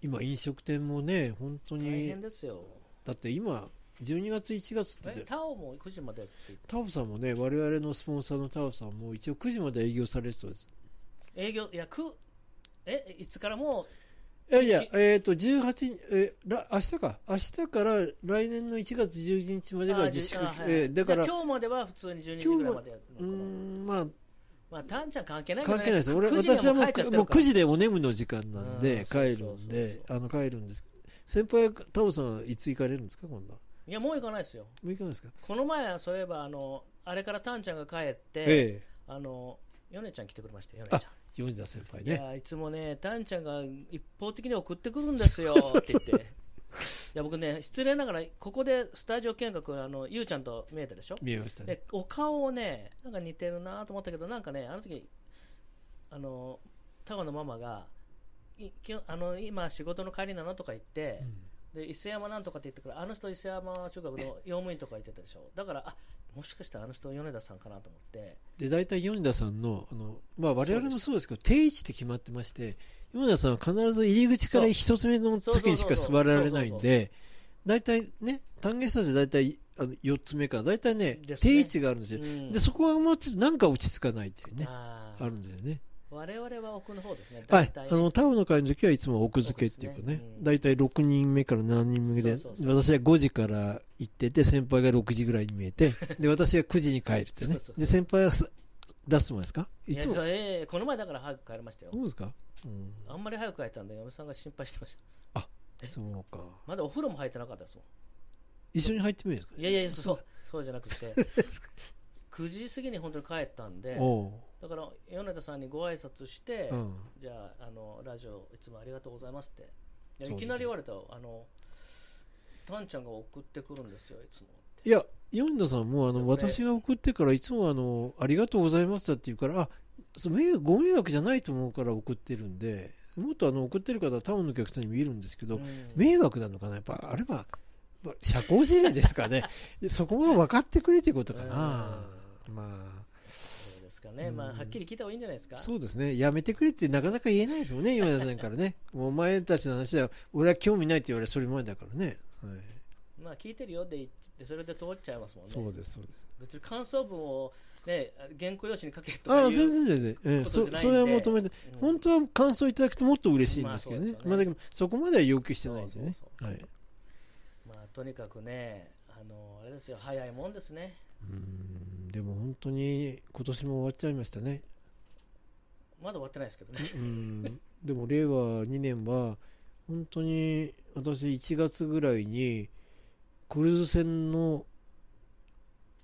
Speaker 1: 今飲食店もね本当
Speaker 2: 大
Speaker 1: に
Speaker 2: 変ですよ
Speaker 1: だって今12月1月って
Speaker 2: えタオも9時までって言っ
Speaker 1: タオさんもね我々のスポンサーのタオさんも一応9時まで営業されるそうです
Speaker 2: て営業いやくえいつからも
Speaker 1: いやいや
Speaker 2: き、
Speaker 1: えっ、と、18、えーら、明日か。明日から来年の1月12日ま
Speaker 2: う
Speaker 1: でが
Speaker 2: あ
Speaker 1: 自粛、
Speaker 2: あはい
Speaker 1: えーだから、
Speaker 2: じゃあ今日までは普通に12時ぐらいまでやる
Speaker 1: うー、
Speaker 2: のか
Speaker 1: ま
Speaker 2: なん
Speaker 1: あ、
Speaker 2: まあタンちゃん関係ないけど
Speaker 1: 関
Speaker 2: ね
Speaker 1: 係ないです。俺、
Speaker 2: 9時に
Speaker 1: 私はも
Speaker 2: 帰っちゃって
Speaker 1: う、
Speaker 2: る
Speaker 1: もう
Speaker 2: から
Speaker 1: 9時でお眠の時間なん
Speaker 2: う
Speaker 1: で
Speaker 2: ん、
Speaker 1: 帰るん
Speaker 2: そうそう
Speaker 1: で
Speaker 2: そう、
Speaker 1: あの、帰るんです。先輩タオさんはいつ行かれるんですか今度はい
Speaker 2: やもう行かないですよ
Speaker 1: もう行かないですか
Speaker 2: この前そういえばあのあれからタンちゃんが帰って、
Speaker 1: ええ
Speaker 2: あのヨネちゃん来てくれましたよヨネちゃん
Speaker 1: 米田先輩
Speaker 2: いや
Speaker 1: ね
Speaker 2: ーいつもね、タンちゃんが一方的に送ってくるんですよ って言って、いや僕ね、失礼ながら、ここでスタジオ見学、あのゆうちゃんと見えたでしょ、
Speaker 1: 見えましたね
Speaker 2: でお顔をね、なんか似てるなと思ったけど、なんかね、あの時あのタワのママが、いきょあの今、仕事の帰りなのとか言って、で伊勢山なんとかって言ってくるあの人伊勢山中学の用務員とか言ってたでしょだからあもしかしたらあの人米田さんかなと思って
Speaker 1: で大体米田さんのあの、まあ、我々もそうですけど定位置って決まってまして米田さんは必ず入り口から一つ目の席にしか座られないんで大体ね単元スタジオ大体あの4つ目から大体ね
Speaker 2: ですね
Speaker 1: 定位置があるんですよ、
Speaker 2: うん
Speaker 1: でそこはもうちょっとなんか落ち着かないっていうね
Speaker 2: あー
Speaker 1: あるんですよね
Speaker 2: 我々は奥の方ですね
Speaker 1: はい
Speaker 2: 大、体
Speaker 1: あのタオの会の時はいつも奥付けっていうかね
Speaker 2: 奥ですねうん
Speaker 1: 大体6人目から7人目で
Speaker 2: そうそうそう
Speaker 1: 私は5時から行ってて先輩が6時ぐらいに見えて で私が9時に帰るって
Speaker 2: そうそ
Speaker 1: ね
Speaker 2: うそう
Speaker 1: で先輩はすラストまでですかい
Speaker 2: いや
Speaker 1: つも
Speaker 2: そ
Speaker 1: そう
Speaker 2: ええこの前だから早く帰りましたよ
Speaker 1: うですか、うん、
Speaker 2: あんまり早く帰ったんで嫁さんが心配してました
Speaker 1: そうか
Speaker 2: まだお風呂も入ってなかったですも
Speaker 1: 一緒に入ってみるんですか
Speaker 2: んいやいやいや
Speaker 1: そう
Speaker 2: そうそうじゃなくて9時過ぎに本当に帰ったんで
Speaker 1: おう、
Speaker 2: だから米田さんにご挨拶して、
Speaker 1: うん、
Speaker 2: じゃああのラジオいつもありがとうございますってい
Speaker 1: そう
Speaker 2: やい
Speaker 1: です
Speaker 2: きなり言われたあのタンちゃんが送ってくるんですよいつもって
Speaker 1: いや米田さんもあの
Speaker 2: これ
Speaker 1: 私が送ってからいつもあの「ありがとうございました」って言うからあそう迷惑ご迷惑じゃないと思うから送ってるんでもっとあの送ってる方はタオのお客さんに見えるんですけど、
Speaker 2: うん
Speaker 1: 迷惑なのかな、やっぱあれはまあ社交辞令です かね、そこが分かってくれということかな、ま
Speaker 2: そうですか
Speaker 1: う
Speaker 2: ね、
Speaker 1: ん
Speaker 2: まあはっきり聞いた方がいいんじゃないです
Speaker 1: あ、
Speaker 2: か
Speaker 1: そうですね、やめてくれってなかなか言えないですもんね、今田さんから ね、もうお前たちの話は、俺は興味ないって言われ、それ前だからね、はい、
Speaker 2: まあ聞いてるよで言ってそれで通っちゃいますもんね
Speaker 1: そうです、そうです、
Speaker 2: 別に感想文を、ね、原稿用紙に書けと
Speaker 1: あ
Speaker 2: か
Speaker 1: あ、
Speaker 2: いう
Speaker 1: 全然、全然、ええ
Speaker 2: こと
Speaker 1: そ
Speaker 2: じゃないんで
Speaker 1: それはもう止めて、
Speaker 2: うん
Speaker 1: 本当は感想いただくともっと嬉しいんですけどね、
Speaker 2: まあそうですよね
Speaker 1: まあだけど、そこまでは要求してないんでね
Speaker 2: そうそう、そう
Speaker 1: はい、
Speaker 2: まあ、とにかくねあのあれですよ早いもんですね
Speaker 1: うんでも本当に今年も終わっちゃいましたね。
Speaker 2: まだ終わってないですけどね
Speaker 1: うんでも令和2年は本当に私1月ぐらいにクルーズ船の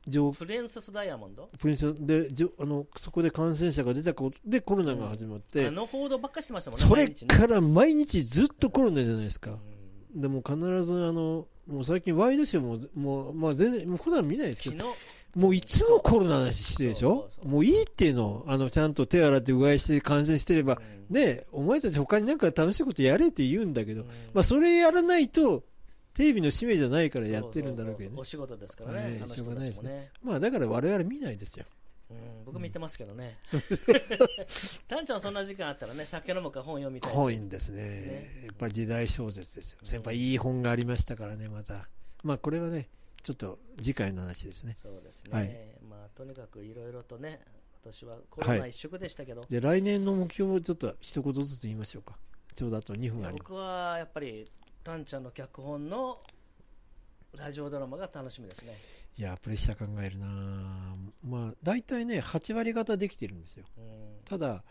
Speaker 1: 上
Speaker 2: プレンセスダイヤモンド
Speaker 1: プリンセスでじょあのそこで感染者が出たことでコロナが始まって、
Speaker 2: あの報道ばっかしてましたもんね
Speaker 1: それ
Speaker 2: 毎日ね
Speaker 1: から毎日ずっとコロナじゃないですか、
Speaker 2: うん
Speaker 1: でも必ずあのもう最近ワイドショーももう、まあ、全然もう普段見ないですけ
Speaker 2: 昨
Speaker 1: ど
Speaker 2: 日
Speaker 1: もういつもコロナの話してるでしょ
Speaker 2: そうそうそう
Speaker 1: もういいっていうのあのちゃんと手洗ってうがいして感染してれば
Speaker 2: うん
Speaker 1: ねえ、お前たち他になんか楽しいことやれって言うんだけど、
Speaker 2: うん
Speaker 1: まあそれやらないと、テレビの使命じゃないからやってるんだろうけどね
Speaker 2: そ。そそお仕事ですからね、
Speaker 1: はい
Speaker 2: あの人たちも
Speaker 1: しょうがないです
Speaker 2: ね、
Speaker 1: まあだから我々見ないですよ。
Speaker 2: うん、僕見てますけどね、 タンちゃんはそんな時間あったらね酒飲むか本読みたい
Speaker 1: コインですね。
Speaker 2: ね
Speaker 1: やっぱ時代小説ですよ。先輩いい本がありましたからね、また。まあこれはね、ちょっと次回の話ですね。
Speaker 2: そうですね、
Speaker 1: はい
Speaker 2: まあとにかくいろいろとね今年はコロナ一色でしたけど、
Speaker 1: じゃあ来年の目標をちょっと一言ずつ言いましょうか。ちょうどあと2分ありま
Speaker 2: 僕はやっぱりタンちゃんの脚本のラジオドラマが楽しみですね、
Speaker 1: す。いや、プレッシャー考えるなあまあ大体ね、8割方できてるんですよ。
Speaker 2: うん
Speaker 1: ただ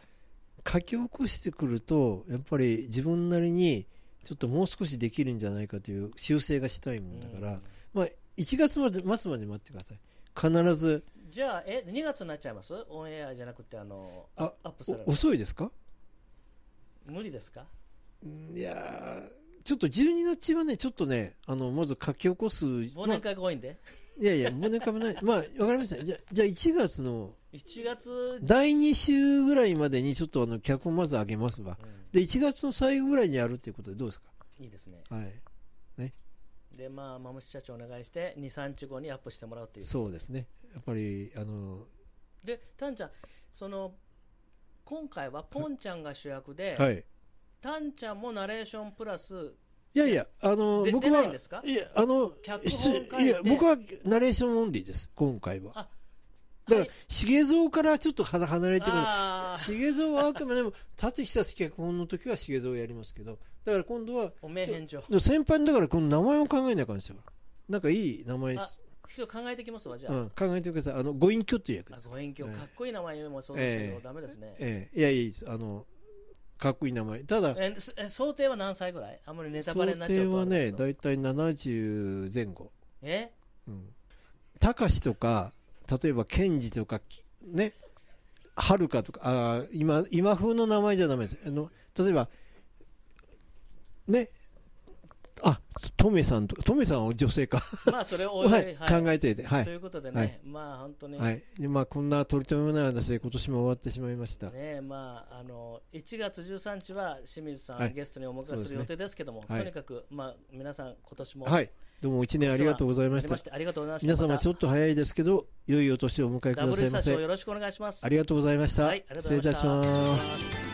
Speaker 1: 書き起こしてくるとやっぱり自分なりにちょっともう少しできるんじゃないかという修正がしたいもんだから、まあ、1月まで末まで待ってください必ず
Speaker 2: うんじゃあえ2月になっちゃいますオンエアじゃなくてあの
Speaker 1: あ
Speaker 2: アップされる
Speaker 1: お遅いですか
Speaker 2: 無理ですか
Speaker 1: うんいやーちょっと12月はねちょっとねあのまず書き起こす、
Speaker 2: 忘
Speaker 1: まあ
Speaker 2: 年会が多いんで、
Speaker 1: いやいや忘年会もないまあわかりましたじゃじゃあ1月の
Speaker 2: 1月、
Speaker 1: 第2週ぐらいまでにちょっとあの脚本まず上げますわ
Speaker 2: うん
Speaker 1: で1月の最後ぐらいにやるっていうことでどうですか
Speaker 2: いいですね
Speaker 1: はい
Speaker 2: でまあマムシ社長お願いして23日後にアップしてもらうっていう
Speaker 1: そうですね。やっぱり、あの、
Speaker 2: でタンちゃんその今回はポンちゃんが主役で、
Speaker 1: はい。
Speaker 2: タンちゃんもナレーションプラス
Speaker 1: いやいや、あの、
Speaker 2: で
Speaker 1: 僕
Speaker 2: 出
Speaker 1: は、
Speaker 2: ないんですか
Speaker 1: いや、あの、
Speaker 2: 脚本
Speaker 1: し
Speaker 2: 書いて
Speaker 1: いや、僕はナレーションオンリーです、今回は。
Speaker 2: あ
Speaker 1: だから、
Speaker 2: はい
Speaker 1: 重蔵からちょっと離離れてくる。
Speaker 2: あー
Speaker 1: 重蔵はあくまでも、立久し脚本の時は重蔵をやりますけど、だから今度は、
Speaker 2: おめえ返上
Speaker 1: でも先輩のだからこの名前を考えなあかんですよ。なんかいい名前です、
Speaker 2: ちょっと考えてきますわじゃ
Speaker 1: う
Speaker 2: あ,、
Speaker 1: ん、考えてください。あの、ご隠居という役
Speaker 2: あ
Speaker 1: です。
Speaker 2: ご隠居
Speaker 1: ええ
Speaker 2: かっこいい名前も想像してるけど、
Speaker 1: ええ
Speaker 2: ダメですね、
Speaker 1: ええいや、いいです。あの、かっこいい名前ただ
Speaker 2: えすえ想定は何歳ぐらいあんまりネタ
Speaker 1: 想
Speaker 2: バレになっちゃ
Speaker 1: 定
Speaker 2: うと
Speaker 1: は
Speaker 2: あれ
Speaker 1: ね
Speaker 2: だけど
Speaker 1: 大体70前後
Speaker 2: え
Speaker 1: うんたかしとか例えばケンジとかきねはるかとかあー今今風の名前じゃダメですあの例えばねあトメさんとかトメさんは女性か、
Speaker 2: まあそれをおいおい
Speaker 1: はい、
Speaker 2: はい
Speaker 1: 考えていてはい
Speaker 2: ということでね、
Speaker 1: はい
Speaker 2: まあ本当に、
Speaker 1: はい、でまあこんな取り留めもない話で今年も終わってしまいました。
Speaker 2: ねまあ、あの1月13日は清水さん、
Speaker 1: はい
Speaker 2: ゲストにお迎
Speaker 1: そう
Speaker 2: え
Speaker 1: ですす
Speaker 2: る
Speaker 1: ね
Speaker 2: 予定ですけども、
Speaker 1: はい
Speaker 2: とにかく、まあ、皆さん、今年も、
Speaker 1: はい、どうも一年ありがとうございま
Speaker 2: あ
Speaker 1: し
Speaker 2: り
Speaker 1: た
Speaker 2: ま。してありがとうございました。
Speaker 1: 皆様ちょ
Speaker 2: っ
Speaker 1: っと早いですけど、良いお年をお迎えくだ
Speaker 2: ダブ
Speaker 1: さ
Speaker 2: ル
Speaker 1: い
Speaker 2: スタ
Speaker 1: ま
Speaker 2: ジオよ
Speaker 1: せ。
Speaker 2: ろしくお願いします。
Speaker 1: ありがとうございました。
Speaker 2: はいありがと
Speaker 1: 失礼
Speaker 2: うご
Speaker 1: い
Speaker 2: ざい
Speaker 1: た
Speaker 2: まし
Speaker 1: したます。
Speaker 2: す。